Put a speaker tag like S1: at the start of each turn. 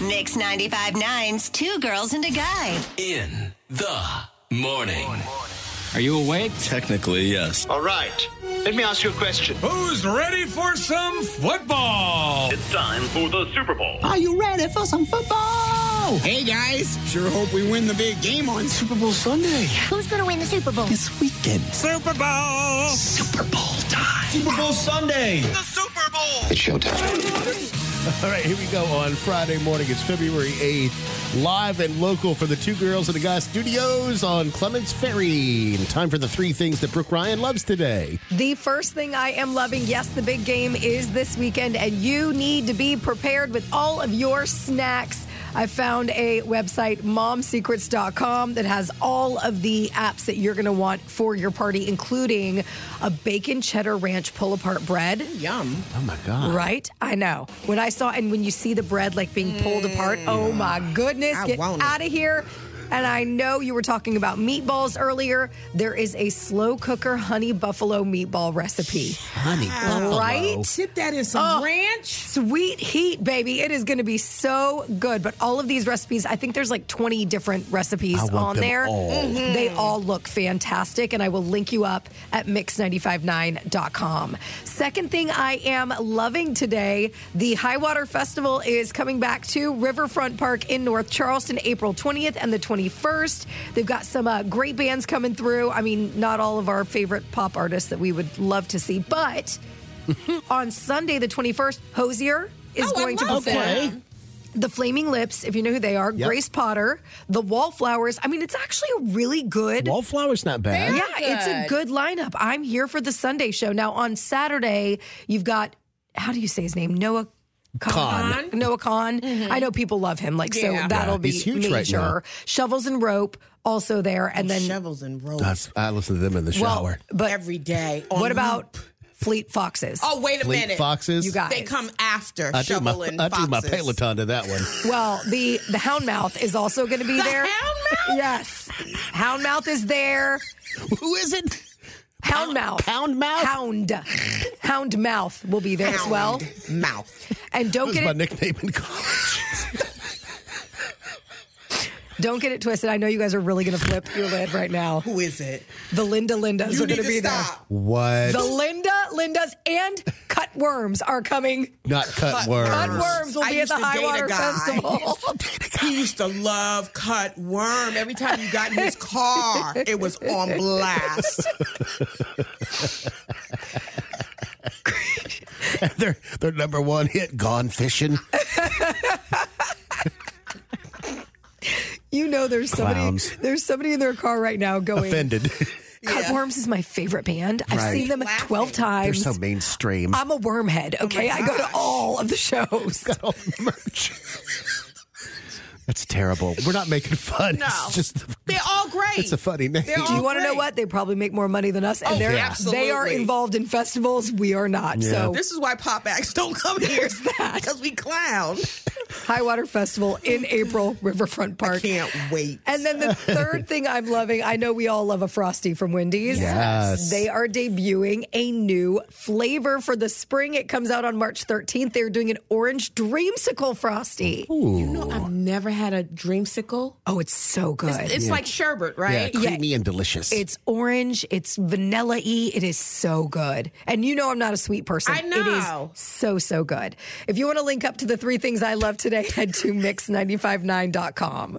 S1: Mix 95.9's Two Girls and a Guy.
S2: In the morning.
S3: Are you awake?
S2: Technically, yes.
S4: All right. Let me ask you a question.
S3: Who's ready for some football?
S5: It's time for the Super Bowl.
S6: Are you ready for some football?
S7: Hey guys, sure hope we win the big game on Super Bowl Sunday.
S8: Who's going to win the Super Bowl?
S6: This weekend.
S3: Super Bowl!
S6: Super Bowl time.
S4: Super Bowl Sunday.
S9: The Super Bowl.
S4: It's showtime.
S10: All right, here we go on Friday morning. It's February 8th, live and local for the Two Girls and a Guy Studios on Clements Ferry. And time for the three things that Brooke Ryan loves today.
S11: The first thing I am loving, yes, the big game is this weekend, and you need to be prepared with all of your snacks. I found a website, momsecrets.com, that has all of the apps that you're going to want for your party, including a bacon cheddar ranch pull apart bread.
S7: Yum.
S10: Oh my God.
S11: Right? I know. When I saw, and when you see the bread like being pulled apart, oh my goodness,
S7: Mm. I
S11: get
S7: want it.
S11: out of here. And I know you were talking about meatballs earlier. There is a slow cooker honey buffalo meatball recipe.
S10: Honey. buffalo.
S11: Right?
S7: Dip that in some
S11: Oh.
S7: ranch.
S11: Sweet heat, baby. It is going to be so good. But all of these recipes, I think there's like 20 different recipes
S10: I want
S11: on
S10: them
S11: there. Mm-hmm.
S10: all. Mhm.
S11: They all look fantastic. And I will link you up at mix959.com. Second thing I am loving today the Highwater Festival is coming back to Riverfront Park in North Charleston, April 20th and the 21st. They've got some uh, great bands coming through. I mean, not all of our favorite pop artists that we would love to see, but on Sunday, the 21st, Hosier is
S7: Oh, I
S11: going to
S7: love
S11: perform.
S7: them.
S11: The Flaming Lips, if you know who they are, Grace Potter, The Wallflowers. I mean, it's actually a really good.
S10: Wallflower's not bad.
S11: yeah, it's a good lineup. I'm here for the Sunday show. Now, on Saturday, you've got, how do you say his name? Noah. Khan. Noah Khan. I know people love him. Like,
S7: Mm-hmm. Yeah.
S11: so that'll
S10: Yeah,
S11: be
S10: he's huge right
S11: major.
S10: now.
S11: Shovels and Rope also there. And then,
S7: Shovels and ropes
S10: That's, I listen to them in the
S11: well,
S10: shower.
S11: but
S7: every day. on
S11: what about
S7: loop.
S11: Fleet Foxes?
S7: Oh, wait a
S10: Fleet
S7: minute.
S10: foxes.
S11: You guys.
S7: They come after
S10: I do, my,
S7: shovel and
S10: I do my
S7: foxes.
S10: Peloton to that one.
S11: Well, the the houndmouth is also going to be
S7: The
S11: there.
S7: houndmouth?
S11: Yes, houndmouth is there.
S10: Who is it?
S11: Houndmouth.
S10: Pound Mouth?
S11: Hound. Houndmouth will be there as well.
S7: Hound Mouth.
S11: And don't
S10: That was
S11: get
S10: my
S11: it
S10: nickname in college.
S11: don't get it twisted. I know you guys are really going to flip your lid right now.
S7: Who is it?
S11: The Linda Lindas
S7: You
S11: are
S7: need
S11: going
S7: to
S11: be
S7: stop.
S10: What?
S11: there. The Linda Lindas and Cutworms are coming.
S10: not cut worms.
S11: Cutworms will
S7: Uh, I
S11: be at
S7: used
S11: the
S7: to date a
S11: Highwater
S7: guy.
S11: Festival.
S7: He used to love cut worm. Every time you got in his car, it was on blast.
S10: their their number one hit, Gone Fishing.
S11: You know, there's somebody
S10: Clowns.
S11: there's somebody in their car right now going.
S10: Offended.
S11: Cutworms is my favorite band. I've
S10: Right.
S11: seen them
S7: Laughing.
S11: 12
S10: They're
S11: times.
S10: so mainstream.
S11: I'm a wormhead,
S7: Oh
S11: okay? I go to all of the shows.
S10: Oh, merch. That's terrible. We're not making fun.
S7: No.
S10: It's just
S7: They're all great.
S10: it's a funny name.
S7: They're
S11: Do you
S7: all
S11: want to know
S7: great.
S11: what? They probably make more money than us, and
S7: Oh,
S11: they're
S7: yeah.
S11: they are
S7: absolutely.
S11: involved in festivals. We are not.
S10: Oh.
S11: So
S7: This is why pop acts don't come here because we clown.
S11: Highwater Festival in April, Riverfront Park.
S7: Can't wait.
S11: And then the third thing I'm loving, I know we all love a Frosty from Wendy's.
S10: Yes.
S11: They are debuting a new flavor for the spring. It comes out on March 13th. They're doing an orange dreamsicle Frosty.
S7: you know, I've never had a dreamsicle.
S11: Oh, it's so good.
S7: It's like sherbet,
S10: yeah,
S7: right?
S10: creamy and delicious.
S11: It's orange. It's vanilla y. It is so good. And you know, I'm not a sweet person.
S7: I
S11: It
S7: know.
S11: is so, so good. If you want to link up to the three things I love today, head to mix959.com.